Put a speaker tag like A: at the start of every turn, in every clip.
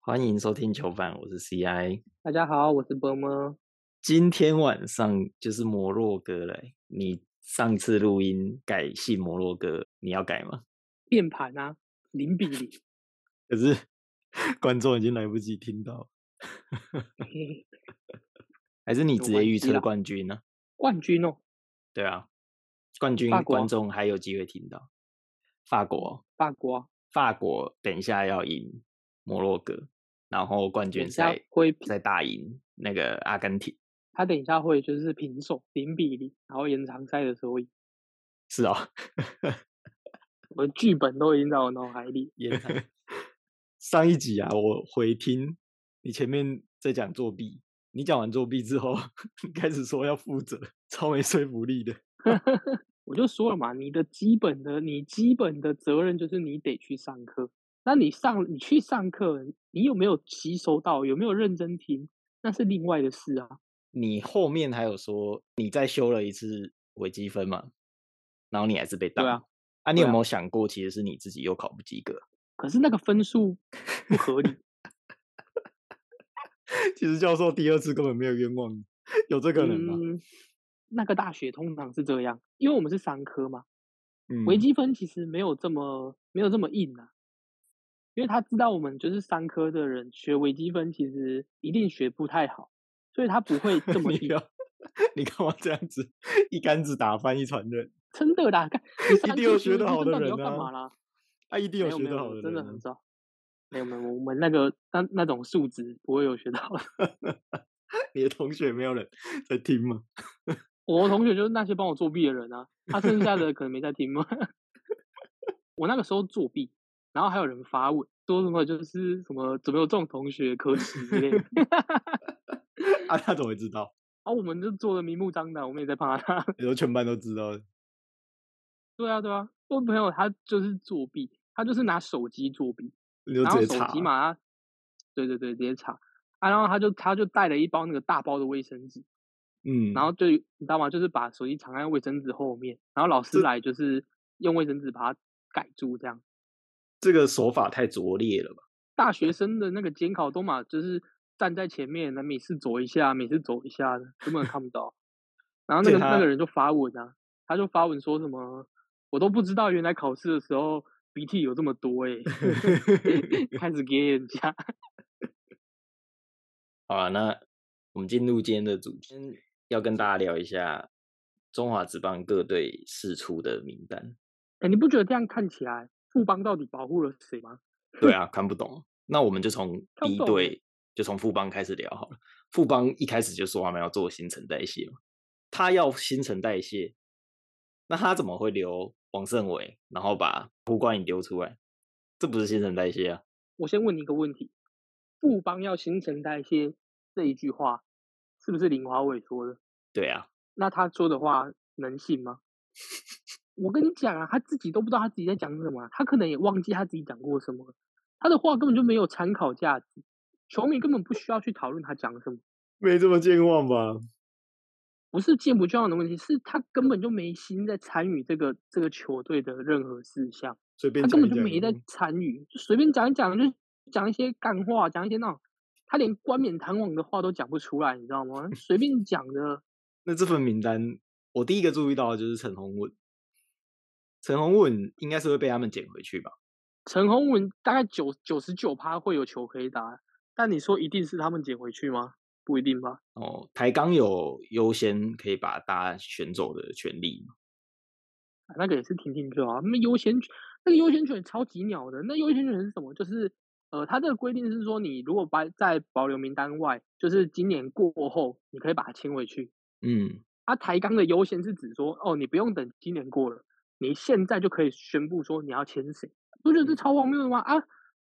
A: 欢迎收听球板，我是 CI。
B: 大家好，我是波波。
A: 今天晚上就是摩洛哥了欸、你上次录音改信摩洛哥，你要改吗？
B: 变盘啊，零比零。
A: 可是 观众已经来不及听到， 还是你
B: 有
A: 直接
B: 关
A: 预
B: 系
A: 测
B: 啦
A: 冠军呢、
B: 冠军哦，
A: 对啊，冠军
B: 法国
A: 观众还有机会听到。法国，
B: 法国啊
A: 法国等一下要赢摩洛哥，然后冠
B: 等
A: 军
B: 一下
A: 赛
B: 会，
A: 再大赢那个阿根廷。
B: 他等一下会就是平手零比零，然后延长赛的时候赢，
A: 是哦，
B: 我的剧本都已经在我脑海里。
A: 延长。上一集啊，我回听你前面在讲作弊，你讲完作弊之后， 你开始说要负责，超没说服力的。
B: 我就说了嘛，你的基本的，你基本的责任就是你得去上课。那你上，你去上课，你有没有吸收到？有没有认真听？那是另外的事啊。
A: 你后面还有说你再修了一次微积分嘛，然后你还是被当。
B: 对啊，
A: 啊，你有
B: 对啊
A: 没有想过，其实是你自己又考不及格？
B: 可是那个分数不合理，
A: 其实教授第二次根本没有冤枉你，有这个人吗？
B: 嗯，那个大学通常是这样，因为我们是商科嘛，
A: 嗯
B: 微积分其实没有这么没有这么硬啊，因为他知道我们就是商科的人学微积分其实一定学不太好，所以他不会 这么
A: 你
B: 硬
A: 不，要，你干嘛这样子一竿子打翻一船人？
B: 真的啦，干你 商
A: 一
B: 科
A: 定有
B: 学
A: 学
B: 微
A: 得
B: 积
A: 好
B: 分
A: 的
B: 到底
A: 人
B: 要干嘛
A: 啊，
B: 啦？
A: 啊，一定
B: 没
A: 有
B: 有
A: 学
B: 没
A: 得好
B: 有，
A: 的
B: 真的
A: 人啊
B: 很少。没有没有，我们那个那那种数值不会有学到的。
A: 你的同学没有 人在听吗？
B: 我同学就是那些帮我作弊的人啊，他剩下的可能没在听吗？ 我那个时候作弊，然后还有人发问，说什么就是什么怎么有这种同学可耻之类的，
A: 啊，他怎么会知道？
B: 啊，我们就做的明目张胆，我们也在怕他。
A: 你说全班都知道的，
B: 对啊对啊，我朋友他就是作弊，他就是拿手机作弊，
A: 你就
B: 然后
A: 直接
B: 手
A: 查
B: 机。嘛，他对对对，直接查啊，然后他就他就带了一包那个大包的卫生纸，
A: 嗯，
B: 然后就你知道吗？就是把手机藏在卫生纸后面，然后老师
A: 这
B: 来就是用卫生纸把它盖住，这样。
A: 这个手法太拙劣了吧？
B: 大学生的那个监考都嘛，就是站在前面，那每次走一下，每次走一下的，根本看不到。然后那
A: 对
B: 个那
A: 他
B: 个人就发文啊，他就发文说什么，我都不知道原来考试的时候鼻涕有这么多哎、开始给人家。
A: 好了，那我们进入今天的主题，要跟大家聊一下中华职棒各队释出的名单。
B: 哎、你不觉得这样看起来富邦到底保护了谁吗？
A: 对 啊，看不懂。那我们就从第
B: 看不
A: 一
B: 懂
A: 队，就从富邦开始聊好了。富邦一开始就说他们要做新陈代谢嘛，他要新陈代谢，那他怎么会留王胜伟，然后把胡冠颖丢出来？这不是新陈代谢啊！
B: 我先问你一个问题：富邦要新陈代谢这一句话，是不是林华伟说的？
A: 对啊，
B: 那他说的话能信吗？我跟你讲啊，他自己都不知道他自己在讲什么啊、他可能也忘记他自己讲过什么了，他的话根本就没有参考价值，球迷根本不需要去讨论他讲什么，
A: 没这么健忘吧？
B: 不是健不健忘的问题，是他根本就没心在参与这个这个球队的任何事项，
A: 随
B: 他
A: 便
B: 根本就没在
A: 嗯
B: 参与，就随便讲一讲，就讲一些干话，讲一些那种，他连冠冕堂皇的话都讲不出来，你知道吗？随便讲的，
A: 那这份名单，我第一个注意到的就是陈宏文。陈宏文应该是会被他们捡回去吧？
B: 陈宏文大概九九十九趴会有球可以打，但你说一定是他们捡回去吗？不一定吧。
A: 哦，台钢有优先可以把大家选走的权利嘛？
B: 啊那个也是听听就好。那么优先权，那个优先权超级鸟的。那优先权是什么？就是呃，它这个规定是说，你如果把在保留名单外，就是今年过后，你可以把它签回去。
A: 嗯，
B: 啊，台钢的优先是指说，哦，你不用等今年过了，你现在就可以宣布说你要签谁，不觉得这超荒谬的吗？啊，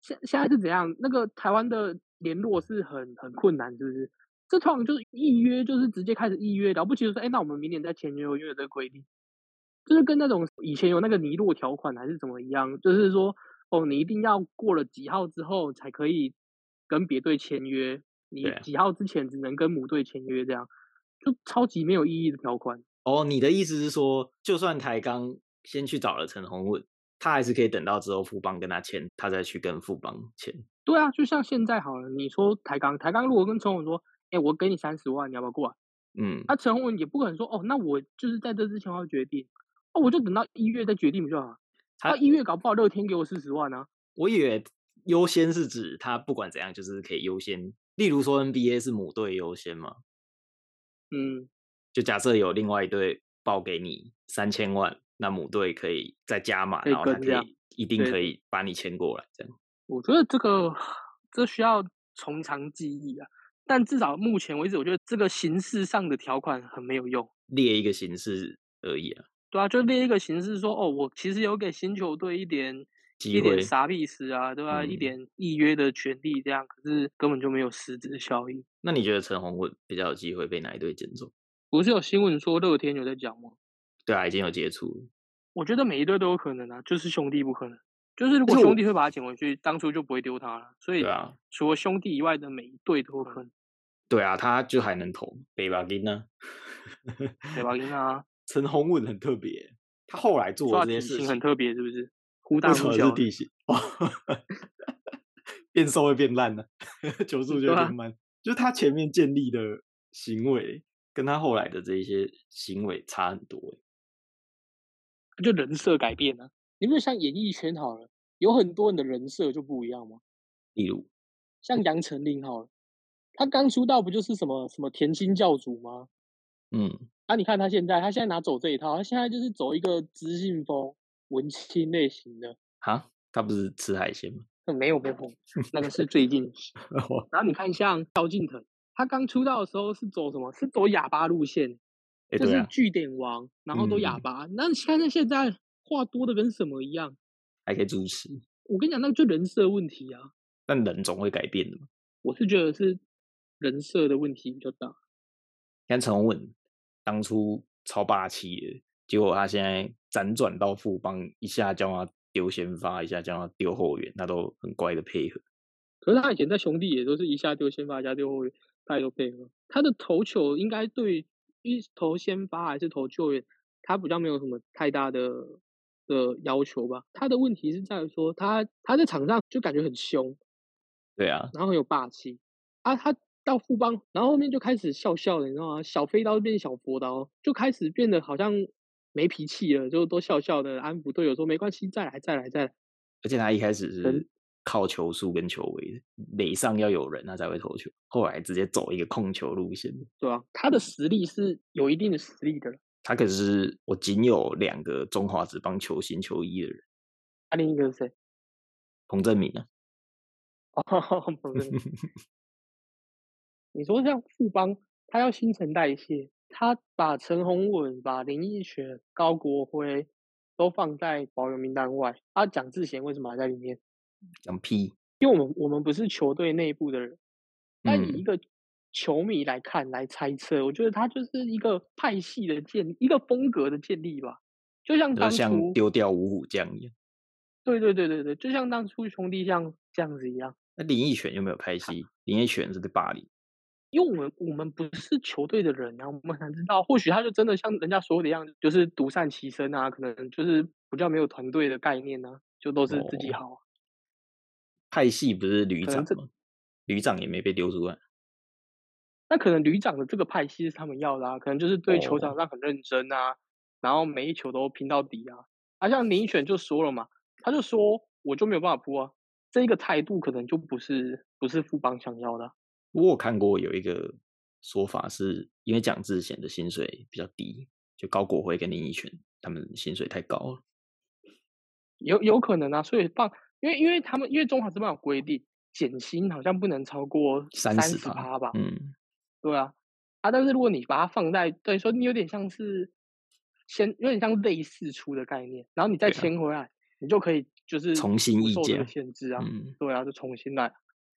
B: 现现在是怎样？那个台湾的联络是很很困难，是不是？这通常就是预约，就是直接开始预约，了不起就说，哎，那我们明年再签约，因为有这个规定，就是跟那种以前有那个尼洛条款还是怎么一样，就是说，哦，你一定要过了几号之后才可以跟别队签约，你
A: 对啊
B: 几号之前只能跟母队签约这样。就超级没有意义的条款。
A: 哦，你的意思是说，就算台钢先去找了陈宏文，他还是可以等到之后富邦跟他签，他再去跟富邦签。
B: 对啊，就像现在好了，你说台钢，台钢如果跟陈文说，哎、我给你三十万，你要不要过来？
A: 嗯，
B: 那陈文也不可能说，哦，那我就是在这之前我要决定，哦，我就等到一月再决定不就好了？
A: 他
B: 他一月搞不好乐天给我四十万啊，
A: 我以为优先是指他不管怎样就是可以优先，例如说 NBA 是母队优先嘛，
B: 嗯，
A: 就假设有另外一队报给你三千万，那母队可以再加码，
B: 可以
A: 然后他
B: 跟
A: 可
B: 这样
A: 以一定
B: 对
A: 可以把你签过来，这样
B: 我觉得这个这需要从长计议啊。但至少目前为止，我觉得这个形式上的条款很没有用。
A: 列一个形式而已啊，
B: 对啊，就另一个形式说，哦，我其实有给新球队一点
A: 机
B: 一
A: 会
B: 点傻逼死啊，对吧、一
A: 嗯
B: 点预约的权利，这样可是根本就没有实质的效益。
A: 那你觉得陈宏文比较有机会被哪一队捡走？
B: 不是有新闻说乐天有在讲吗？
A: 对啊，已经有接触了。
B: 我觉得每一队都有可能啊，就是兄弟不可能。就是
A: 但
B: 如果
A: 是我
B: 兄弟会把他捡回去，当初就不会丢他了。所以
A: 对啊，
B: 除了兄弟以外的每一队都有可能。
A: 对啊，他就还能投北巴金呢。
B: 对吧？因 啊，
A: 陈宏文很特别，他后来做的
B: 说他
A: 这些
B: 体
A: 事
B: 型
A: 情
B: 很，特别，是不是？忽大
A: 为什
B: 忽
A: 么
B: 小
A: 是
B: 的。
A: 地形？ 哦，变瘦会变烂呢、 球速就
B: 对
A: 会
B: 啊
A: 变慢。就是他前面建立的行为，跟他后来的这一些行为差很多欸、
B: 就人设改变了、啊。你比如像演艺圈好了，有很多人的人设就不一样嘛。
A: 例如，
B: 像杨丞琳好了，他刚出道不就是什么什么甜心教主吗？
A: 嗯，
B: 啊，你看他现在，他现在哪走这一套？他现在就是走一个知性风、文青类型的。
A: 哈，他不是吃海鲜吗？
B: 那没有没有， 那个是最近。然后你看像萧敬腾，他刚出道的时候是走什么？是走哑巴路线，
A: 哎、
B: 就
A: 对
B: 是
A: 啊，
B: 据点王，然后都哑
A: 嗯
B: 巴。那现在现在话多的跟什么一样？
A: 还可以主持，
B: 我跟你讲，那就人设问题啊。
A: 但人总会改变的嘛。
B: 我是觉得是人设的问题比较大。
A: 你看陈宏文当初超霸气的，结果他现在辗转到富邦，一下叫他丢先发，一下叫他丢后援，他都很乖的配合。
B: 可是他以前在兄弟也都是一下丢先发，一下丢后援，他也都配合。他的投球应该对一投先发还是投救援，他比较没有什么太大的的要求吧。他的问题是在于说他他在场上就感觉很凶，
A: 对啊，
B: 然后很有霸气啊，他。到富邦，然后后面就开始笑笑的，你知道吗？小飞刀变小佛刀，就开始变得好像没脾气了，就都笑笑的安抚队友说没关系，再来，再来，再来。
A: 而且他一开始
B: 人
A: 是靠球速跟球威的，垒上要有人他才会投球，后来直接走一个控球路线。
B: 对啊，他的实力是有一定的实力的了，
A: 他可是我仅有两个中华职棒球星球衣的人，
B: 他另一个是谁？
A: 彭正明啊，
B: 哦， 不是。 你说像富邦，他要新陈代谢，他把陈宏文、把林奕泉、高国辉都放在保留名单外，啊，蒋志贤为什么还在里面？
A: 讲屁，
B: 因为我们我们不是球队内部的人，但以
A: 嗯
B: 一个球迷来看来猜测，我觉得他就是一个派系的建立，一个风格的建立吧。就像
A: 就
B: 嗯当
A: 像
B: 初
A: 丢掉五虎将一样。
B: 对对对对对，就像当初兄弟像这样子一样，
A: 那林奕泉有没有拍戏？林奕泉是被霸凌。
B: 因为我们我们不是球队的人啊，我们很知道，或许他就真的像人家说的一样，就是独善其身啊，可能就是比较没有团队的概念啊，就都是自己
A: 哦
B: 好啊、
A: 派系不是旅
B: 可
A: 长
B: 能这
A: 吗？旅长也没被丢出来。
B: 那可能旅长的这个派系是他们要的啊，可能就是对球场
A: 哦
B: 上很认真啊，然后每一球都拼到底啊。啊，像林选就说了嘛，他就说我就没有办法扑啊，这个态度可能就不是不是富邦想要的啊、
A: 我有看过有一个说法是，因为蒋志贤的薪水比较低，就高国辉跟林奕泉他们薪水太高了。
B: 有有可能啊，所以放，因为因为他们因为中华职棒有规定，减薪好像不能超过
A: 30%
B: 十趴吧，
A: 嗯，
B: 对啊，啊，但是如果你把它放在，等于说你有点像是先有点像类似出的概念，然后你再
A: 对啊
B: 签回来，你就可以就是
A: 重新
B: 不
A: 议
B: 受这
A: 价
B: 个限制啊，
A: 嗯，
B: 对啊，就重新来，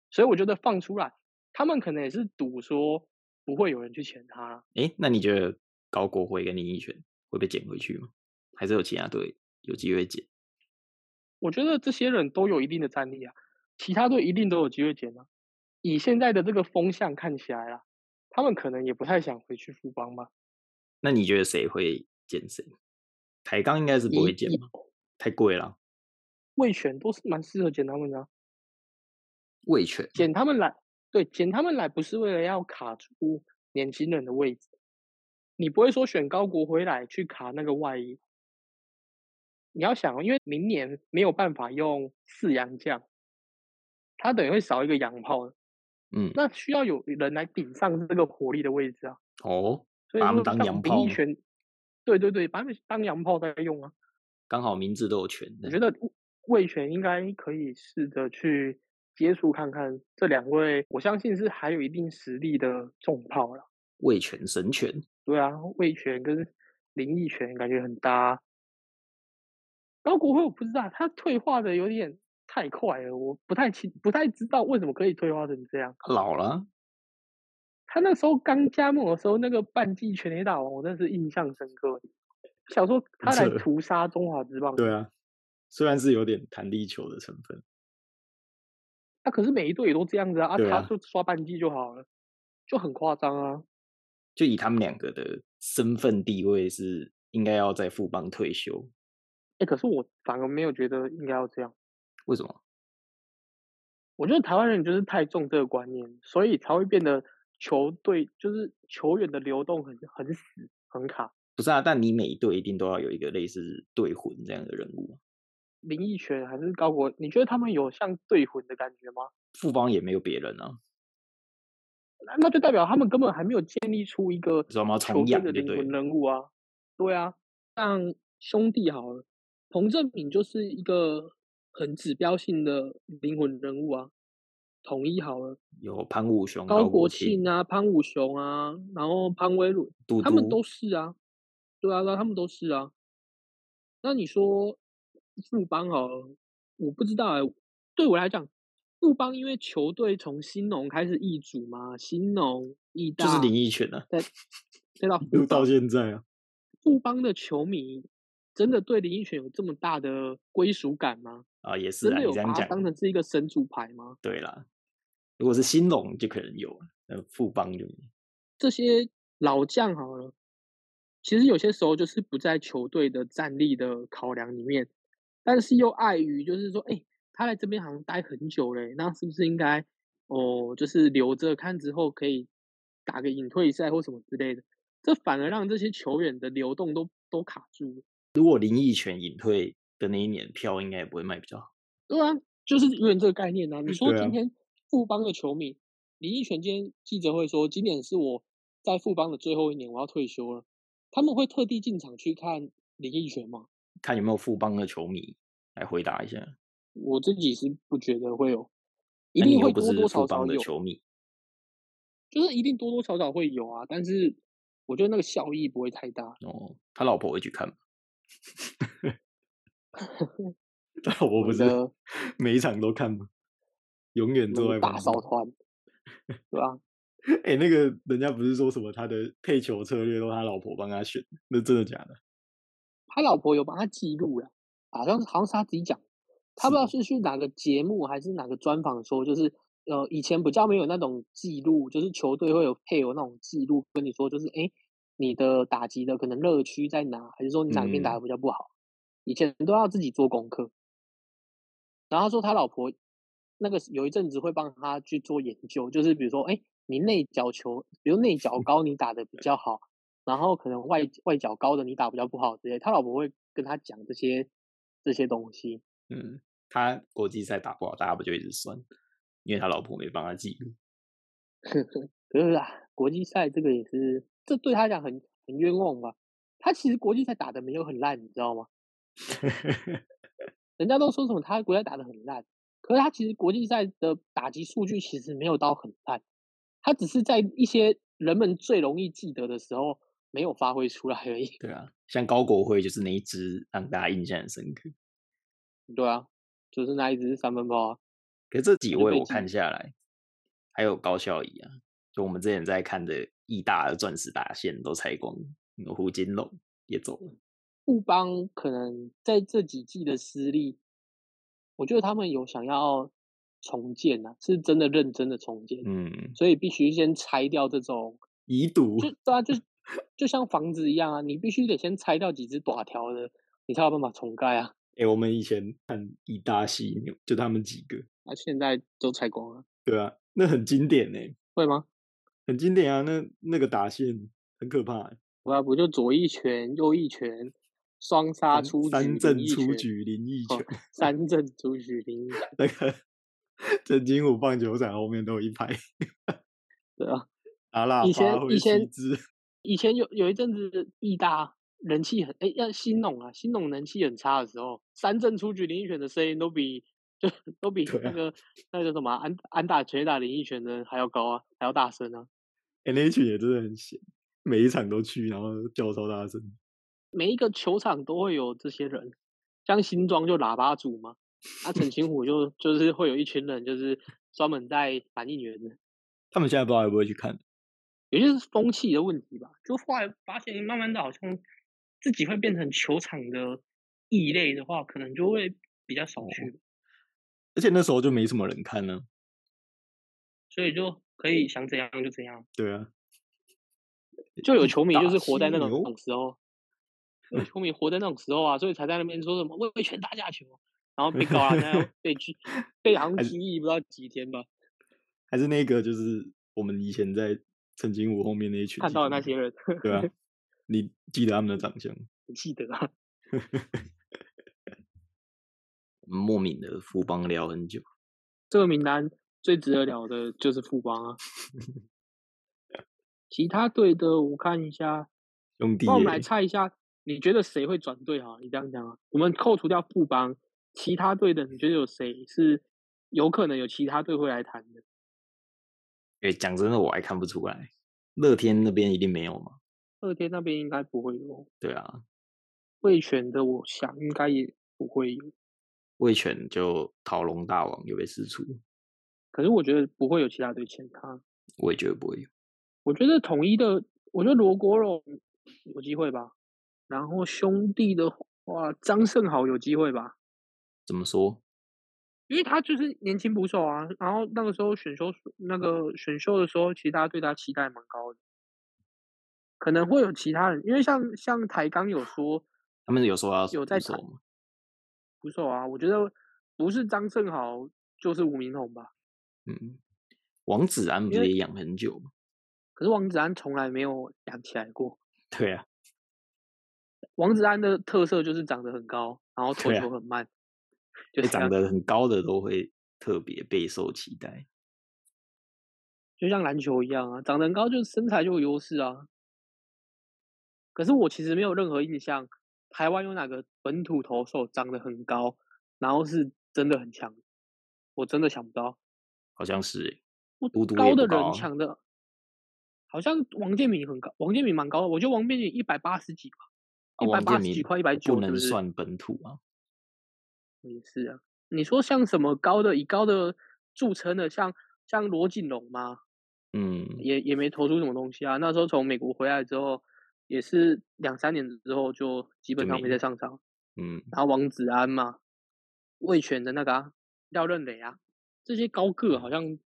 B: 所以我觉得放出来，他们可能也是赌说不会有人去签他啦，
A: 诶，那你觉得高国辉跟林奕泉会被捡回去吗？还是有其他队有机会捡？
B: 我觉得这些人都有一定的战力啊，其他队一定都有机会捡啊。以现在的这个风向看起来啦，他们可能也不太想回去富邦吧。
A: 那你觉得谁会捡谁？台钢应该是不
B: 以
A: 会捡
B: 以
A: 吧？太贵了。
B: 魏权都是蛮适合捡他们的啊、
A: 魏权
B: 捡他们来，对，捡他们来不是为了要卡出年轻人的位置，你不会说选高国回来去卡那个外衣。你要想哦，因为明年没有办法用四洋将，他等于会少一个洋炮，
A: 嗯，
B: 那需要有人来顶上这个火力的位置啊。
A: 哦，
B: 所以
A: 把他们
B: 说
A: 当
B: 像
A: 洋
B: 林
A: 炮
B: 奕
A: 吗
B: 泉，对对对，把他们当洋炮在用啊。
A: 刚好名字都有权
B: 我
A: 的。
B: 觉得魏权应该可以试着去接触看看这两位，我相信是还有一定实力的重炮了。
A: 魏权神权，
B: 对啊，魏权跟林奕泉感觉很搭。高国辉我不知道，他退化的有点太快了，我不太清，不太知道为什么可以退化成这样。
A: 老了，
B: 他那时候刚加盟的时候，那个半季全垒打王，我真是印象深刻。欸想说他来
A: 这
B: 屠杀中华职棒，
A: 对啊，虽然是有点弹力球的成分，
B: 他啊可是每一队也都这样子啊，啊
A: 对
B: 他
A: 啊
B: 就刷半季就好了，就很夸张啊。
A: 就以他们两个的身份地位是应该要在富邦退休，
B: 哎、可是我反而没有觉得应该要这样。
A: 为什么？
B: 我觉得台湾人就是太重这个观念，所以才会变得球队就是球员的流动很很死很卡。
A: 不是啊，但你每一队一定都要有一个类似队魂这样的人物啊，
B: 林奕泉还是高国，你觉得他们有像队魂的感觉吗？
A: 富邦也没有别人啊，
B: 那那就代表他们根本还没有建立出一个
A: 知道吗？
B: 球
A: 从
B: 队
A: 养
B: 的
A: 就
B: 灵
A: 对
B: 魂
A: 了，
B: 人物啊。对啊，像兄弟好了，彭正敏就是一个很指标性的灵魂人物啊。统一好了，
A: 有潘武雄、
B: 高
A: 国
B: 国
A: 庆、
B: 庆啊、潘武雄啊，然后潘威伦，
A: 嘟
B: 他们
A: 嘟
B: 都是啊，对啊，对啊，他们都是啊。那你说富邦好了，我不知道哎、对我来讲，富邦因为球队从新农开始易主嘛，新农易大，
A: 就是林奕泉啊，
B: 再到
A: 录
B: 富
A: 到
B: 邦，
A: 现在啊，
B: 富邦的球迷真的对林奕泉有这么大的归属感吗？
A: 啊也是
B: 真
A: 啊，
B: 的
A: 你
B: 有
A: 这
B: 把
A: 样
B: 他
A: 讲
B: 当成是一个神主牌吗？
A: 对啦，如果是兴隆就可能有了，那富邦就没有
B: 这些老将好了，其实有些时候就是不在球队的战力的考量里面，但是又碍于就是说，哎、他来这边好像待很久嘞、那是不是应该哦，就是留着看之后可以打个隐退赛或什么之类的？这反而让这些球员的流动都都卡住了。
A: 如果林奕泉隐退的那一年票应该也不会卖比较好，
B: 对啊，就是有点这个概念啊。你说
A: 对啊
B: 今天富邦的球迷，李奕泉今天记者会说，今年是我在富邦的最后一年，我要退休了。他们会特地进场去看李奕泉吗？
A: 看有没有富邦的球迷来回答一下。
B: 我自己是不觉得会有，一
A: 那哎你
B: 定
A: 又
B: 会
A: 不
B: 多
A: 是
B: 多
A: 富
B: 少少
A: 邦的
B: 有，
A: 球迷，
B: 就是一定多多少少会有啊。但是我觉得那个效益不会太大。
A: 哦，他老婆会去看吗？ 他老婆不
B: 我
A: 是
B: 觉得
A: 每一场都看吗？永远
B: 那
A: 坐
B: 个
A: 在
B: 嗯大
A: 旁
B: 扫
A: 边。
B: 团，对吧、啊？
A: 哎、那个人家不是说什么他的配球策略都他老婆帮他选，那真的假的？
B: 他老婆有帮他记录了，好像好像是他自己讲，他不知道
A: 是
B: 是去哪个节目还是哪个专访说，就是呃以前比较没有那种记录，就是球队会有配有那种记录跟你说，就是哎、诶你的打击的可能乐区在哪，还是说你哪边
A: 嗯
B: 打的比较不好，以前都要自己做功课。然后他说他老婆那个有一阵子会帮他去做研究，就是比如说哎、诶你内角球，比如内角高你打的比较好。然后可能外外角高的你打比较不好之类，他老婆会跟他讲这些这些东西。
A: 嗯，他国际赛打不好，大家不就一直酸，因为他老婆没帮他记录。
B: 可是啊，国际赛这个也是，这对他来讲很很冤枉吧？他其实国际赛打的没有很烂，你知道吗？人家都说什么他国际赛打的很烂，可是他其实国际赛的打击数据其实没有到很烂，他只是在一些人们最容易记得的时候没有发挥出来而已。
A: 对啊，像高国辉就是那一支让大家印象很深刻。
B: 对啊，就是那一只三分炮啊。
A: 可是这几
B: 就
A: 位
B: 被
A: 我
B: 记
A: 看下来，还有高孝仪啊，就我们之前在看的义大的钻石大线都拆光了，嗯胡金龙也走了，
B: 富邦可能在这几季的失利，我觉得他们有想要重建啊，是真的认真的重建，
A: 嗯，
B: 所以必须先拆掉这种，
A: 遗毒
B: 就对啊，就就像房子一样啊，你必须得先拆掉几只短条的，你才有办法重盖啊。
A: 哎、我们以前看一大犀牛，就他们几个，
B: 那、现在都拆光了，
A: 对啊，那很经典呢、
B: 会吗？
A: 很经典啊，那那个打线很可怕、欸，
B: 不啊要不就左一拳右一拳，双杀
A: 三
B: 出局，
A: 三阵
B: 林一
A: 出
B: 拳，
A: 局林一
B: 哦
A: 拳，
B: 三阵出局零一拳，
A: 那个陈金虎棒球场后面都有一排
B: 对啊。
A: 阿拉
B: 以前
A: 发挥
B: 以
A: 旗
B: 前
A: 帜，
B: 以前有有一阵子义大人气很哎，要新农啊，新农人气很差的时候，三阵出局林奕泉的声音都比 就都比
A: 对
B: 那
A: 啊
B: 个、那个叫什么啊安安打全垒打林奕泉的还要高啊，还要大声啊。
A: 哎、那一群也真的很闲，每一场都去，然后叫超大声。
B: 每一个球场都会有这些人，像新庄就喇叭组嘛，啊 陈清虎就就是会有一群人就是专门在反应员的，
A: 他们现在不知道会不会去看，
B: 也就是风气的问题吧。就后来发现，慢慢的好像自己会变成球场的异类的话，可能就会比较少去，
A: 而且那时候就没什么人看呢、
B: 所以就可以想怎样就怎样。
A: 对啊，
B: 就有球迷
A: 打哦
B: 就是活在那
A: 犀牛
B: 种时候，有球迷活在那种时候啊，所以才在那边说什么为全打假球，然后被告啊，那 样被拘被好像
A: 还是
B: 拘役不知道几天吧，
A: 还是那个就是我们以前在陈金武后面那一群
B: 看
A: 记得
B: 到的那
A: 吗
B: 些人，
A: 对 啊，你记得他们的长相？
B: 你记得啊？
A: 莫名的富邦聊很久，
B: 这个名单最值得聊的就是富邦 啊，其他队的我看一下，
A: 兄弟
B: 那我们
A: 耶
B: 来猜一下，你觉得谁会转队哈？你这样讲啊，我们扣除掉富邦，其他队的你觉得有谁是有可能有其他队会来谈的？
A: 哎、讲真的，我还看不出来，乐天那边一定没有嘛？
B: 乐天那边应该不会有，
A: 对啊，
B: 味全的我想应该也不会有，
A: 魏权就讨龙大王又被释出，
B: 可是我觉得不会有其他队签他。
A: 我也觉得不会有。
B: 我觉得统一的，我觉得罗国荣有机会吧，然后兄弟的话，张胜豪有机会吧，
A: 怎么说？
B: 因为他就是年轻捕手啊，然后那个时候选秀那个选秀的时候，其实大家对他期待蛮高的，可能会有其他人，因为像像台刚有说
A: 他们有说要
B: 有在
A: 出手
B: 谈
A: 吗？
B: 捕手啊，我觉得不是张胜豪就是吴明宏吧，
A: 嗯，王子安不
B: 因
A: 是
B: 为
A: 也养很久吗？
B: 可是王子安从来没有养起来过。
A: 对啊，
B: 王子安的特色就是长得很高，然后投
A: 对啊
B: 球很慢，就
A: 被
B: 像
A: 长得很高的都会特别备受期待。
B: 就像篮球一样啊，长得很高就是身材就有优势啊。可是我其实没有任何印象，台湾有哪个本土投手长得很高，然后是真的很强，我真的想不到。
A: 好像是欸、
B: 我
A: 嘟嘟也
B: 高的
A: 不高啊
B: 人强的，好像王建民很高，王建民蛮高的，我觉得王建民一百八十几吧，
A: 啊
B: 一百
A: 王
B: 八
A: 建
B: 十几
A: 民
B: 快一百九，
A: 不
B: 是
A: 能
B: 不是？
A: 算本土啊。
B: 也是啊。你说像什么高的以高的著称的，像像罗锦龙吗？
A: 嗯，
B: 也也没投出什么东西啊。那时候从美国回来之后，也是两三年之后就基本
A: 就
B: 上
A: 没
B: 没
A: 了
B: 再上场。
A: 嗯，
B: 然后王子安嘛，魏权的那个、啊、廖任磊啊，这些高个
A: 嗯
B: 好像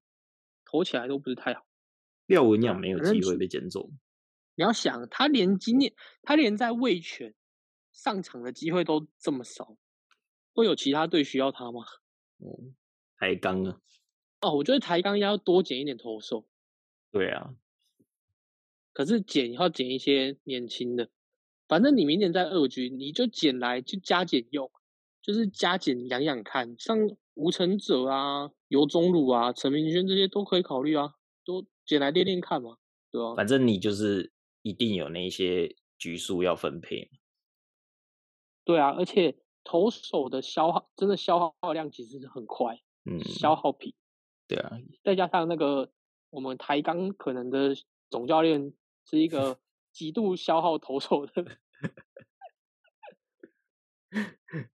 B: 投起来都不是太好。
A: 廖文
B: 对
A: 养
B: 啊
A: 没有
B: 反正
A: 机会
B: 是
A: 被捡走，
B: 你要想，他连今年他连在魏权上场的机会都这么少，会有其他队需要他吗？
A: 台钢哦啊，
B: 哦，我觉得台钢应该要多捡一点投手，
A: 对啊，
B: 可是减要减一些年轻的，反正你明年在二军，你就减来就加减用，就是加减养养看，像吴承哲啊、尤宗儒啊、陈明轩这些都可以考虑啊，都减来练练看嘛，对吧、
A: 反正你就是一定有那一些局数要分配嘛。
B: 对啊，而且投手的消耗真的消耗量其实是很快，
A: 嗯，
B: 消耗品，
A: 对啊，
B: 再加上那个我们台钢可能的总教练是一个极度消耗投手 的，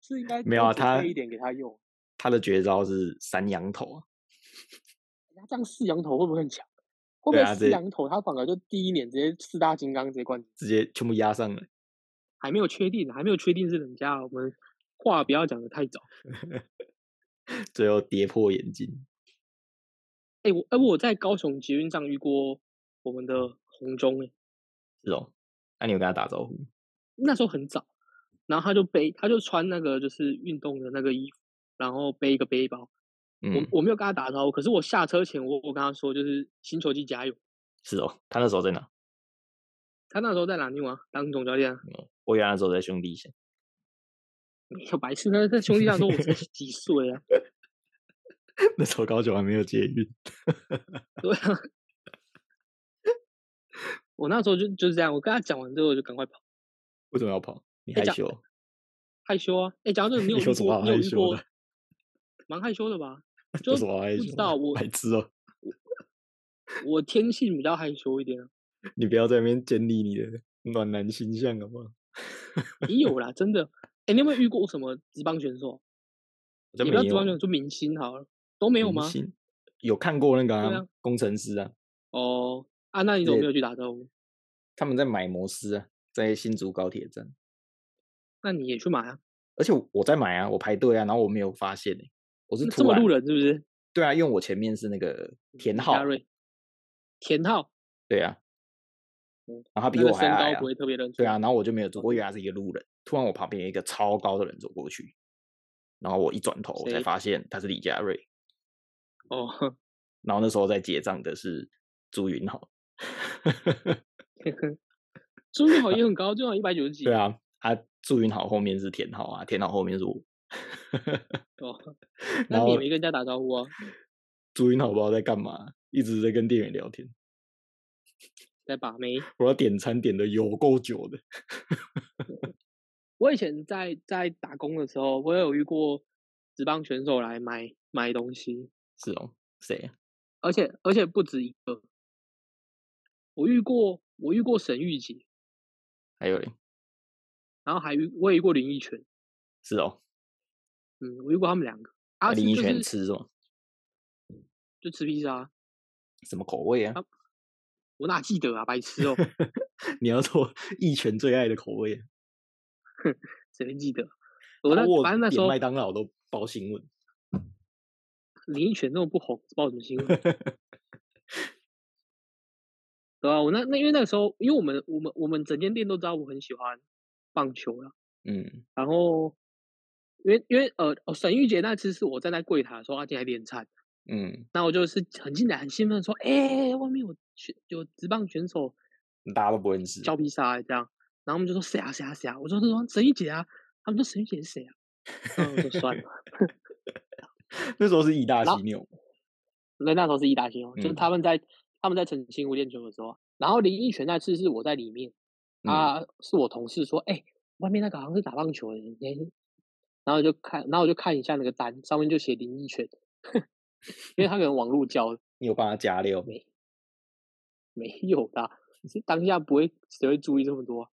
B: 是应该
A: 没有
B: 多
A: 啊，
B: 准
A: 他
B: 备一点给他用，
A: 他的绝招是三羊头啊，
B: 他哎这样四羊头会不会很强？会不
A: 对
B: 会
A: 啊
B: 四
A: 这
B: 羊头他反而就第一年直接四大金刚直接冠军？
A: 直接全部压上来。
B: 还没有确定，还没有确定是人家，我们话不要讲的太早。
A: 最后跌破眼镜。
B: 哎、我哎、我在高雄捷运上遇过我们的红中哎、
A: 啊是哦，那、你有跟他打招呼？
B: 那时候很早，然后他就背，他就穿那个就是运动的那个衣服，然后背一个背包。我
A: 嗯，
B: 我没有跟他打招呼，可是我下车前我我跟他说就是新球季加油。
A: 是哦，他那时候在哪？
B: 他那时候在哪里啊？当总教练啊？
A: 我原来那时候在兄弟线，嗯
B: 没有白痴，那在兄弟上说我才几岁啊？
A: 那时候高九还没有捷运。
B: 对啊， 我那时候就就是这样，我跟他讲完之后我就赶快跑，
A: 为什么要跑？你
B: 哎
A: 害
B: 讲
A: 羞？
B: 害羞啊！哎、讲到这个，你有
A: 你有
B: 遇
A: 什么
B: 过？
A: 好
B: 你有
A: 害
B: 遇
A: 羞
B: 过
A: 的？
B: 蛮害羞的吧？就
A: 有什么好害
B: 不
A: 羞
B: 知
A: 的？
B: 道我
A: 白痴哦！
B: 我天性比较害羞一点啊，
A: 你不要在那边建立你的暖男形象好不好？
B: 也有啦，真的。哎、你有没有遇过什么职棒选手？
A: 我真
B: 也
A: 没
B: 不要职
A: 有啊
B: 棒选手，就明星好了，都没有
A: 明
B: 吗？
A: 星有看过那个、
B: 对啊
A: 工程师啊，
B: 哦，啊，那你怎么
A: 也
B: 没有去打招呼？
A: 他们在买摩斯啊，在新竹高铁站，
B: 那你也去买啊？
A: 而且我在买啊，我排队啊，然后我没有发现、欸、我是
B: 那
A: 突
B: 这么
A: 然
B: 路人是不是？
A: 对啊，因为我前面是那个田
B: 李
A: 浩
B: 佳，瑞，田浩，
A: 对啊，
B: 嗯
A: 然后他比
B: 那个
A: 我还
B: 身
A: 矮
B: 高
A: 啊
B: 不，会特别认出
A: 对啊，
B: 来
A: 然后我就没有走过，我以为他是一个路人，突然我旁边有一个超高的人走过去，然后我一转头我才
B: 谁
A: 发现他是李佳瑞，
B: 哦，
A: 然后那时候在结账的是朱云豪，
B: 朱俊豪也很高，朱俊豪一百九十几。
A: 对，啊，啊朱云豪后面是田浩啊，田浩后面是我，
B: 哦，那
A: 然
B: 你
A: 后
B: 也没跟人家打招呼啊？
A: 朱云豪不知道在干嘛，一直在跟店员聊天，
B: 在把妹。
A: 我要点餐点的有够久的，
B: 我以前在在打工的时候，我有遇过职棒选手来买买东西，
A: 是哦，谁啊？
B: 而且而且不止一个。我遇过，我遇过沈玉洁，
A: 还有嘞，
B: 然后还遇我也遇过林奕泉，
A: 是哦，
B: 嗯，我遇过他们两个。啊，
A: 那林奕
B: 就
A: 泉
B: 是
A: 吃什么
B: 就吃披萨啊，
A: 什么口味啊？
B: 啊我哪记得啊，白痴哦，
A: 你要说 一拳最爱的口味啊，
B: 谁会记得？我
A: 然
B: 那
A: 后哦我
B: 反正那时
A: 连
B: 候
A: 麦当劳都报新闻，
B: 林奕泉那么不红，报什么新闻？ 对啊，我那那因为那个时候，因为我们我们我们整间店都知道我很喜欢棒球啦，
A: 嗯，
B: 然后因为因为呃哦沈玉洁那次是我站在柜台的时候，她进来点餐，
A: 嗯，
B: 那我就是很进来很兴奋地说，哎、外面有选有职棒选手
A: 嗯大家都不认识，
B: 教披萨、欸、这样，然后我们就说谁啊谁啊谁啊，我说说沈玉洁啊，他们说沈玉洁是谁啊，然后我就算了，
A: 那时候是义大
B: 然
A: 犀牛，
B: 那那时候是一 大清哦，就是
A: 嗯
B: 他们在他们在澄清五点九的时候，然后林奕泉那次是我在里面。
A: 嗯，
B: 啊，是我同事说，哎、外面那个好像是打棒球的，你先然后就看，然后我就看一下那个单，上面就写林奕泉， 因为他可能网络教的
A: 你有帮他加料，
B: 没没有啦，是当下不会谁会注意这么多啊，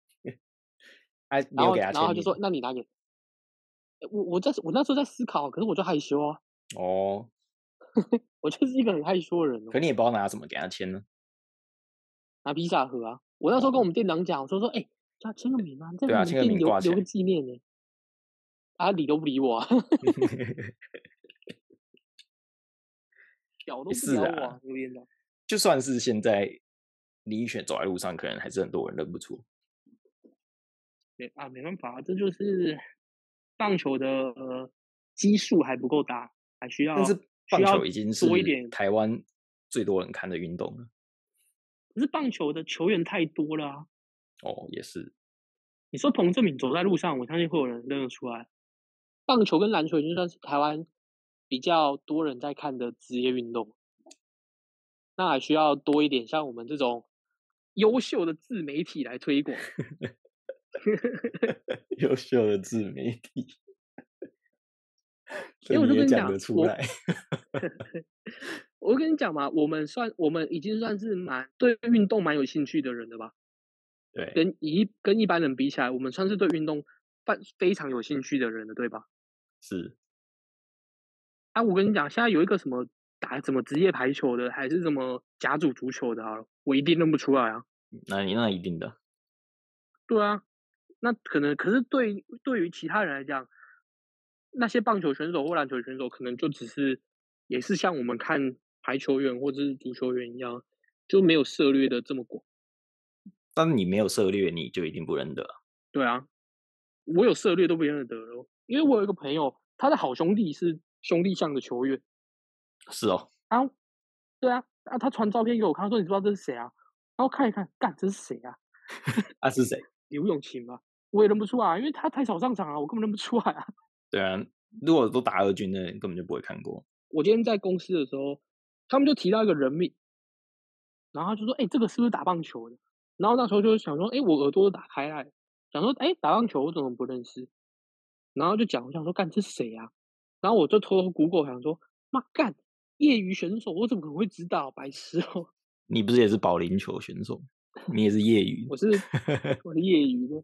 A: 哎，你
B: 然
A: 有
B: 后
A: 给他
B: 然后他
A: 签
B: 就
A: 名
B: 说，那你拿给我，我在我那时候在思考，可是我就害羞啊，
A: 哦，
B: 我就是一个很害羞的人哦
A: 可，你也不知道拿什么给他签呢，
B: 拿披萨盒啊，我那时候跟我们店长讲，我说说，哎、叫他签个名啊，
A: 哦
B: 在
A: 对啊
B: 我们
A: 签个
B: 店
A: 名
B: 留
A: 挂起
B: 留个
A: 来
B: 纪念呢、啊，理都不理我、 啊。屌都不
A: 是
B: 屌我、
A: 啊
B: 啊，有点屌。
A: 就算是现在林奕泉走在路上，可能还是很多人认不
B: 哦
A: 出，
B: 没啊，没办法，这就是棒球的呃基数还不够大，还需要
A: 但是棒
B: 需要
A: 球已经是
B: 多一点。
A: 台湾最多人看的运动了，
B: 可是棒球的球员太多了啊！
A: 哦，也是，
B: 你说彭正敏走在路上，我相信会有人认得出来。棒球跟篮球已经算是台湾比较多人在看的职业运动，那还需要多一点像我们这种优秀的自媒体来推 广。
A: 优秀的自媒体，
B: 因为
A: 这
B: 我就
A: 你也
B: 跟你
A: 讲
B: 讲
A: 得出
B: 我
A: 来，
B: 我跟你讲嘛，我们算我们已经算是蛮对运动蛮有兴趣的人了吧？
A: 对，
B: 跟一跟一般人比起来，我们算是对运动非非常有兴趣的人了，对吧？
A: 是，
B: 啊，我跟你讲，现在有一个什么打什么职业排球的，还是什么甲组足球的，好了，我一定认不出来啊。
A: 那你那一定的。
B: 对啊，那可能可是对对于其他人来讲，那些棒球选手或篮球选手，可能就只是也是像我们看排球员或者是足球员一样，就没有涉猎的这么广。
A: 但你没有涉猎，你就一定不认得啊。
B: 对啊，我有涉猎都不认得了，因为我有一个朋友，他的好兄弟是兄弟象的球员，
A: 是哦，
B: 然后对啊，啊他传照片给我看，他说你知不知道这是谁啊？然后看一看，干这是谁啊？
A: 啊是谁？
B: 刘永琴吗？我也认不出啊来，因为他太少上场了，我根本认不出来啊。
A: 对啊，如果都打二军的，根本就不会看过。
B: 我今天在公司的时候，他们就提到一个人名，然后他就说：“哎、这个是不是打棒球的？”然后那时候就想说：“哎、我耳朵都打开来了，想说：哎、打棒球我怎么不认识？”然后就讲，我想说：“干这谁啊？”然后我就偷偷 Google 想说：“妈干，业余选手我怎么可能会知道？白痴哦、
A: 你不是也是保龄球选手？你也是业余
B: 我是我是业余的。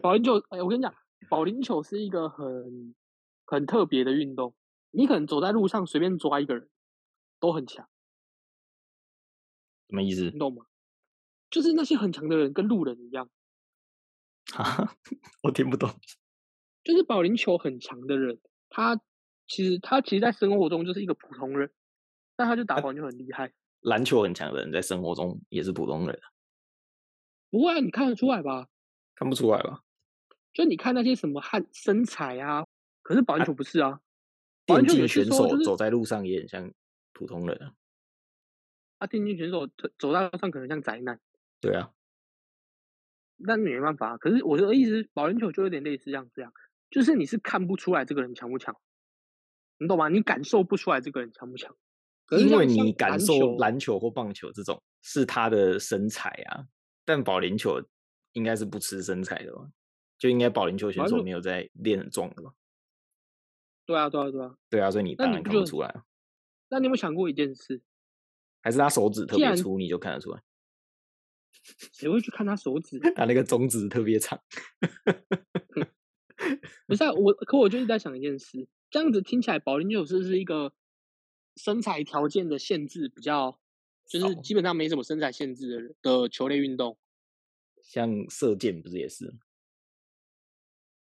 B: 保龄球，哎、我跟你讲，保龄球是一个很很特别的运动。你可能走在路上随便抓一个人，都很强，
A: 什么意思
B: 你？懂吗？就是那些很强的人跟路人一样，
A: 哈，我听不懂。
B: 就是保龄球很强的人，他其实他其实在生活中就是一个普通人，但他就
A: 啊
B: 打保龄球很厉害。
A: 篮球很强的人在生活中也是普通人，啊
B: 不过、啊、你看得出来吧？
A: 看不出来吧？
B: 就你看那些什么汉身材啊，可是保龄球不是啊，保
A: 电
B: 龄球
A: 竞
B: 也
A: 选
B: 是说
A: 手
B: 就是
A: 走在路上也很像普通人啊。
B: 啊，电竞选手走走在路上可能像宅男。
A: 对啊，
B: 那你没办法。啊可是我的意思是，保龄球就有点类似像这样，就是你是看不出来这个人强不强，你懂吗？你感受不出来这个人强不强。可是
A: 因
B: 像
A: 为
B: 像
A: 你感受
B: 球，
A: 篮球或棒球这种是他的身材啊，但保龄球应该是不吃身材的吧？就应该保龄球选
B: 保龄
A: 手
B: 球
A: 没有在练很壮的吧？
B: 对啊，对啊，对啊。
A: 对啊，所以你
B: 那
A: 当
B: 你
A: 然
B: 不
A: 看不
B: 就
A: 出来啊，
B: 那你有没有想过一件事？
A: 还是他手指特
B: 既
A: 别
B: 然
A: 粗你就看得出来，
B: 谁会去看他手指？
A: 他那个中指特别长。
B: 不是、啊、我，可我就一直在想一件事，这样子听起来，保龄球是不是一个身材条件的限制比较，就是
A: 少
B: 基本上没什么身材限制的人的球类运动？
A: 像射箭不是也是？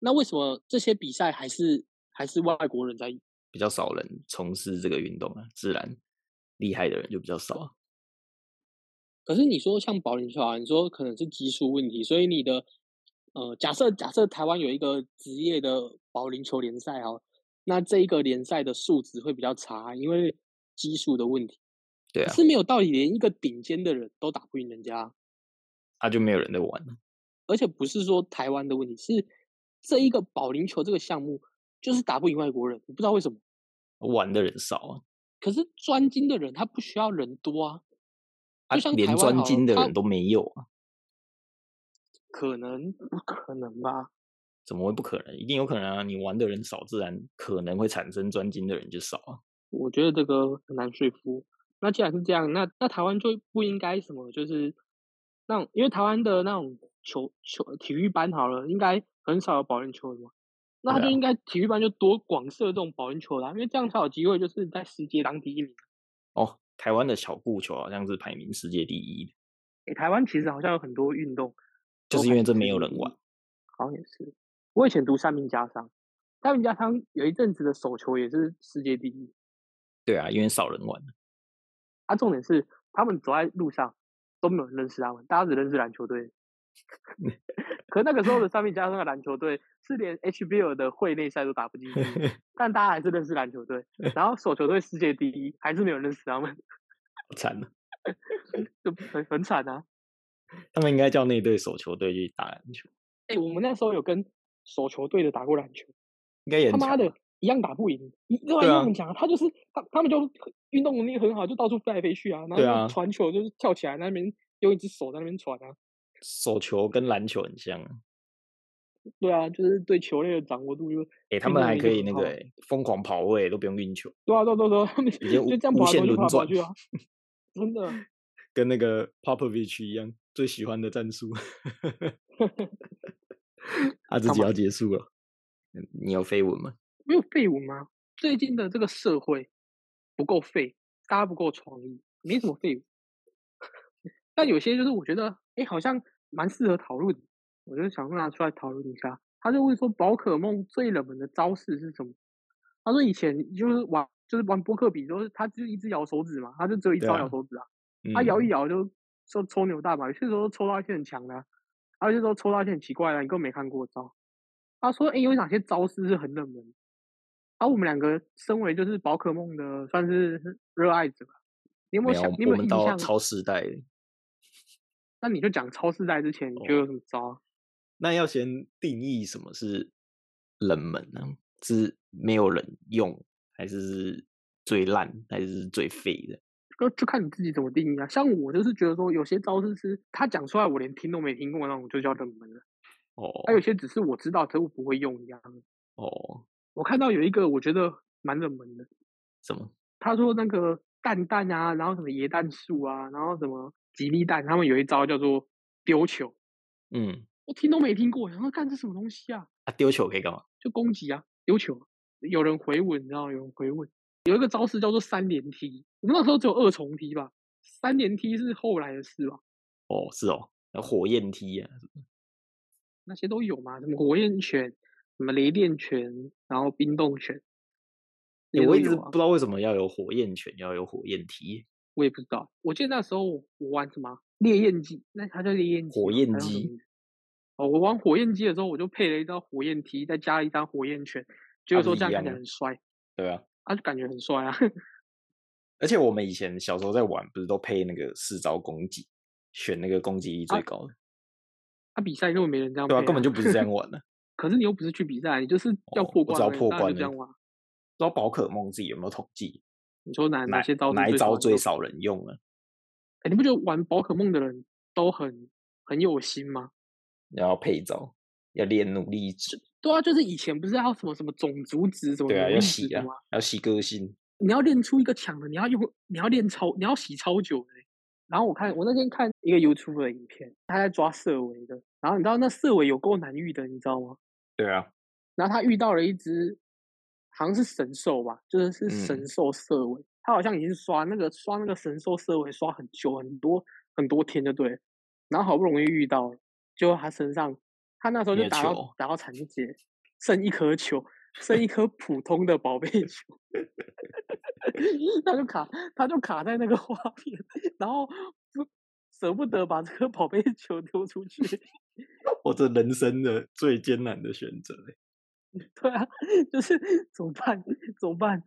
B: 那为什么这些比赛还是还是外国人在赢？
A: 比较少人从事这个运动啊，自然厉害的人就比较少啊。
B: 可是你说像保龄球啊，你说可能是基数问题，所以你的呃，假设假设台湾有一个职业的保龄球联赛哦，那这一个联赛的数值会比较差，因为基数的问题。
A: 对
B: 可
A: 啊，
B: 是没有道理，连一个顶尖的人都打不赢人家，
A: 他就没有人在玩了。
B: 而且不是说台湾的问题，是这一个保龄球这个项目就是打不赢外国人，我不知道为什么。
A: 玩的人少啊，
B: 可是专精的人他不需要人多啊，
A: 啊
B: 就像台
A: 连
B: 湾好
A: 专
B: 了
A: 精的
B: 他
A: 人都没有啊，
B: 可能不可能吧？
A: 怎么会不可能？一定有可能啊！你玩的人少，自然可能会产生专精的人就少啊。
B: 我觉得这个很难说服。那既然是这样，那那台湾就不应该什么，就是那种，因为台湾的那种球球体育班好了，应该很少有保龄球的嘛。那他
A: 对
B: 就
A: 啊
B: 应该体育班就多广设这种保龄球啦、因为这样才有机会，就是在世界当第一名。啊
A: 哦，台湾的小固球好像是排名世界第一的，
B: 诶、台湾其实好像有很多运动，
A: 就
B: 都
A: 是因为
B: 排名
A: 这
B: 世
A: 没有
B: 界
A: 人
B: 第一
A: 玩。
B: 好像也是。我以前读三名家商，三名家商有一阵子的手球也是世界第一。
A: 对啊，因为少人玩。
B: 啊，重点是他们走在路上都没有人认识他们，大家只认识篮球队。 可那个时候的上面加上的篮球队是连 HBL 的会内赛都打不 进去，但大家还是认识篮球队。然后手球队世界第一，还是没有人认识他们，
A: 惨啊了，
B: 就很很惨啊！
A: 他们应该叫那队手球队去打篮球，
B: 哎、我们那时候有跟手球队的打过篮球，
A: 应该也
B: 他
A: 很
B: 妈
A: 强
B: 的
A: 吧。
B: 一样打不赢，一另外一
A: 对啊
B: 样很强啊、他就是他他们就很运动能力很好，就到处飞来飞去啊，然后
A: 对
B: 那
A: 啊
B: 传球就是跳起来那边用一只手在那边传啊，
A: 手球跟篮球很像啊。
B: 对啊，就是对球类的掌握度就
A: 诶，他
B: 运
A: 们
B: 动
A: 还
B: 力
A: 可
B: 就
A: 以
B: 很
A: 那
B: 好
A: 个
B: 啊
A: 诶疯狂跑位，都不用运球，
B: 对啊，对啊对啊对啊，他们
A: 直接无
B: 就这样
A: 无
B: 跑来
A: 限
B: 跑去，
A: 轮
B: 跑来跑
A: 转
B: 去啊， 真的。
A: 跟那个 Popovich 一样，最喜欢的战 术。啊，自
B: 干
A: 己
B: 嘛
A: 要结束了，嗯你有绯闻吗？
B: 没有废物吗？最近的这个社会不够废，大家不够创意，没什么废物。 但有些就是我觉得，哎，好像蛮适合讨论的，我就想拿出来讨论一下。他就问说，宝可梦最冷门的招式是什么？他说以前就是玩就是玩波克比，就是他就一直摇手指嘛，他就只有一
A: 对
B: 招
A: 啊
B: 摇手指啊。
A: 嗯
B: 他摇一摇就抽抽扭蛋嘛，有些时候抽到一些很强的啊、啊，有些时候抽到一些很奇怪的，你根本没看过的招。他说：“哎、有哪些招式是很冷门？”而、我们两个身为就是宝可梦的算是热爱者吧，啊你有没
A: 没
B: 有
A: 有
B: 想？你有
A: 我
B: 没有
A: 们
B: 印
A: 到
B: 象？
A: 超世代了，
B: 那你就讲超世代之前，你觉
A: 哦
B: 得有什么招啊？
A: 那要先定义什么是冷门呢、是没有人用，还是是最烂，还是最废的？
B: 就就看你自己怎么定义啊。像我就是觉得说，有些招式是他讲出来我连听都没听过那种，就叫冷门了。
A: 哦
B: 还有些只是我知道，可是我不会用一样。
A: 哦，
B: 我看到有一个我觉得蛮冷门的，
A: 什么？
B: 他说那个蛋蛋啊，然后什么椰蛋树啊，然后什么吉利蛋，他们有一招叫做丢球，
A: 嗯，
B: 我听都没听过，然后干这什么东西啊？
A: 啊，丢球可以干嘛？
B: 就攻击啊，丢球，有人回吻，你知道吗有人回吻。有一个招式叫做三连踢，我们那时候只有二重踢吧，三连踢是后来的事吧。
A: 哦，是哦，那火焰踢啊，
B: 那些都有嘛，什么火焰拳、什么雷电拳，然后冰冻拳，
A: 欸
B: 也
A: 我
B: 都
A: 一直
B: 有
A: 不
B: 啊
A: 知道为什么要有火焰拳，要有火焰踢，
B: 我也不知道。我记得那时候我玩什么啊烈焰姬，那它叫烈焰姬
A: 火
B: 吗
A: 焰
B: 还有什么
A: 姬
B: 名字哦，我玩火焰姬的时候，我就配了一张火焰踢，再加了一张火焰拳，就是
A: 不
B: 说
A: 是
B: 这样
A: 一
B: 看
A: 样
B: 起来
A: 吗
B: 很帅，
A: 对啊。
B: 啊，就感觉很帅啊。
A: 而且我们以前小时候在玩，不是都配那个四招攻击，选那个攻击力最
B: 啊
A: 高的，
B: 他比赛根本没人这样配、
A: 对啊，根本就不是这样玩的、
B: 可是你又不是去比赛，你就是要
A: 哦
B: 破
A: 我
B: 关
A: 只
B: 而已，
A: 要破
B: 当然
A: 关
B: 就这
A: 而已
B: 样玩啊。
A: 不知道宝可梦自己有没有统计
B: 你说哪
A: 哪
B: 啊些招
A: 哪
B: 是
A: 一
B: 最
A: 招
B: 少
A: 最
B: 用
A: 少人用了，
B: 哎，你不觉得玩宝可梦的人都很很有心吗？
A: 然后配招，要练努力值，
B: 对啊，就是以前不是要什么什么种族值、什么
A: 对啊，
B: 奴
A: 要
B: 隶值
A: 洗
B: 什
A: 啊
B: 么啊，
A: 要洗个性，
B: 你要练出一个强的，你要用，你要练超，你要洗超久的欸、然后我看我那天看一个 YouTube 的影片，他在抓色尾的，然后你知道那色尾有够难遇的，你知道吗？
A: 对啊，
B: 然后他遇到了一只好像是神兽吧，就是是神
A: 嗯
B: 兽色尾，他好像已经刷那个刷那个神兽色尾刷很久很多很多天就对了，然后好不容易遇到了，就他身上他那时候
A: 没
B: 就
A: 有
B: 打
A: 球
B: 到打到残疾，剩一颗球，剩一颗普通的宝贝 球，他就卡他就卡在那个画面，然后就舍不得把这个宝贝球丢出去。
A: 我这人生的最艰难的选择欸、
B: 对啊，就是怎么办？怎么办？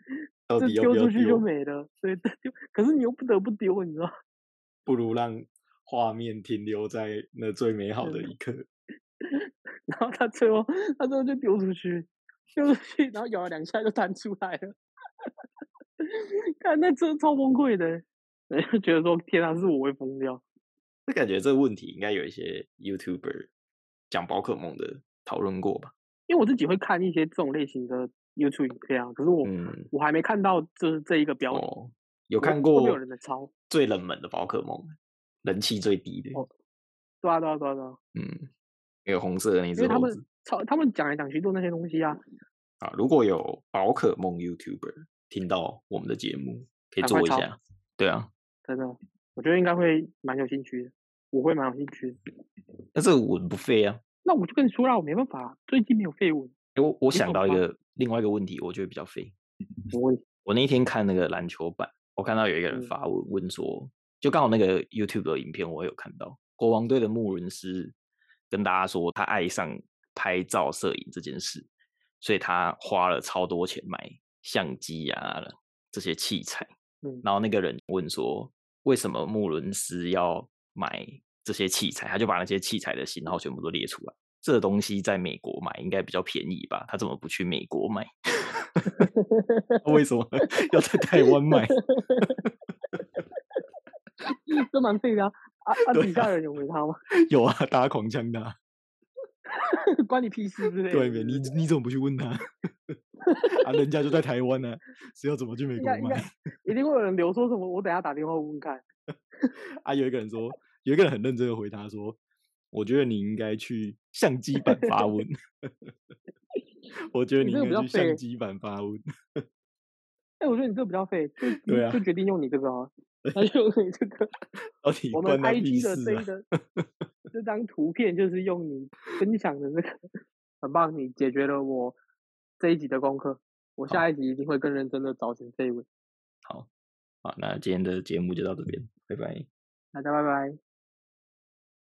A: 到
B: 这
A: 底要
B: 丢
A: 不要
B: 出去就
A: 丢？
B: 没了，对，但就可是你又不得不丢，你知道吗？
A: 不如让画面停留在那最美好的
B: 嗯
A: 一刻。
B: 然后他最后他最后就丢出去，丢出去，然后咬了两下就弹出来了， 看那真的超崩溃的， 对就觉得说天啊，是我会疯掉。
A: 那感觉这个问题应该有一些 YouTuber 讲宝可梦的讨论过吧？
B: 因为我自己会看一些这种类型的 YouTube 影片啊，可是我、
A: 嗯，
B: 我还没看到这这一个标题，
A: 哦，有
B: 我
A: 看
B: 会不会
A: 过
B: 有人在抄
A: 最冷门的宝可梦，人气最低的，
B: 哦对啊对啊对啊对啊，
A: 嗯，那个红色的那
B: 因
A: 只
B: 为他
A: 猴
B: 们
A: 子
B: 抄他们讲来讲去都那些东西啊，
A: 啊。如果有宝可梦 YouTuber 听到我们的节目，可以
B: 赶快
A: 做一
B: 抄
A: 下。对啊，
B: 真的，我觉得应该会蛮有兴趣的，我会蛮有兴趣的。
A: 但是文不废啊。
B: 那我就跟你说啦，我没办法，啊最近没有废物，
A: 诶我我
B: 你
A: 想
B: 懂
A: 到一
B: 吗
A: 个另外一个问题，我觉得比较废。
B: 什么问题？
A: 我那一天看那个篮球版，我看到有一个人
B: 嗯
A: 发问问说，就刚好那个 YouTube 的影片我有看到，国王队的穆伦斯跟大家说他爱上拍照摄影这件事，所以他花了超多钱买相机啊这些器材。
B: 嗯，
A: 然后那个人问说，为什么穆伦斯要买这些器材？他就把那些器材的型号全部都列出来。这东西在美国买应该比较便宜吧？他怎么不去美国买？ 为什么 要在台湾买？
B: 这蛮 废的啊。啊啊！
A: 对
B: 底下人有回他吗？
A: 有啊， 大家狂呛他。
B: 关你屁事之类的。
A: 对，
B: 是不
A: 你
B: 是
A: 你怎么不去问他？ 啊，人家就在台湾呢、是要怎么去美
B: 应
A: 国
B: 该应该
A: 买？
B: 一定会有人留说什么？我等下打电话问问看。
A: 啊，有一个人说，有一个人很认真的回答说，我觉得你应该去相机版 发问。 我觉得
B: 你
A: 你
B: 这
A: 应
B: 个比
A: 该
B: 较
A: 去
B: 废
A: 相机版发问。
B: 哎，我觉得你这比较废，就
A: 对
B: 你
A: 啊
B: 就决定用你这个 啊，那就用你这个。
A: 到底
B: 我
A: 关
B: 们
A: 他屁
B: IG 的
A: 事
B: 这
A: 啊
B: 一？的这张图片就是用你分享的这个，很棒，你解决了我这一集的功课。我
A: 好
B: 下一集一定会更认真的找寻绯闻。
A: 好，好，那今天的节目就到这边，拜拜。
B: 大家拜拜。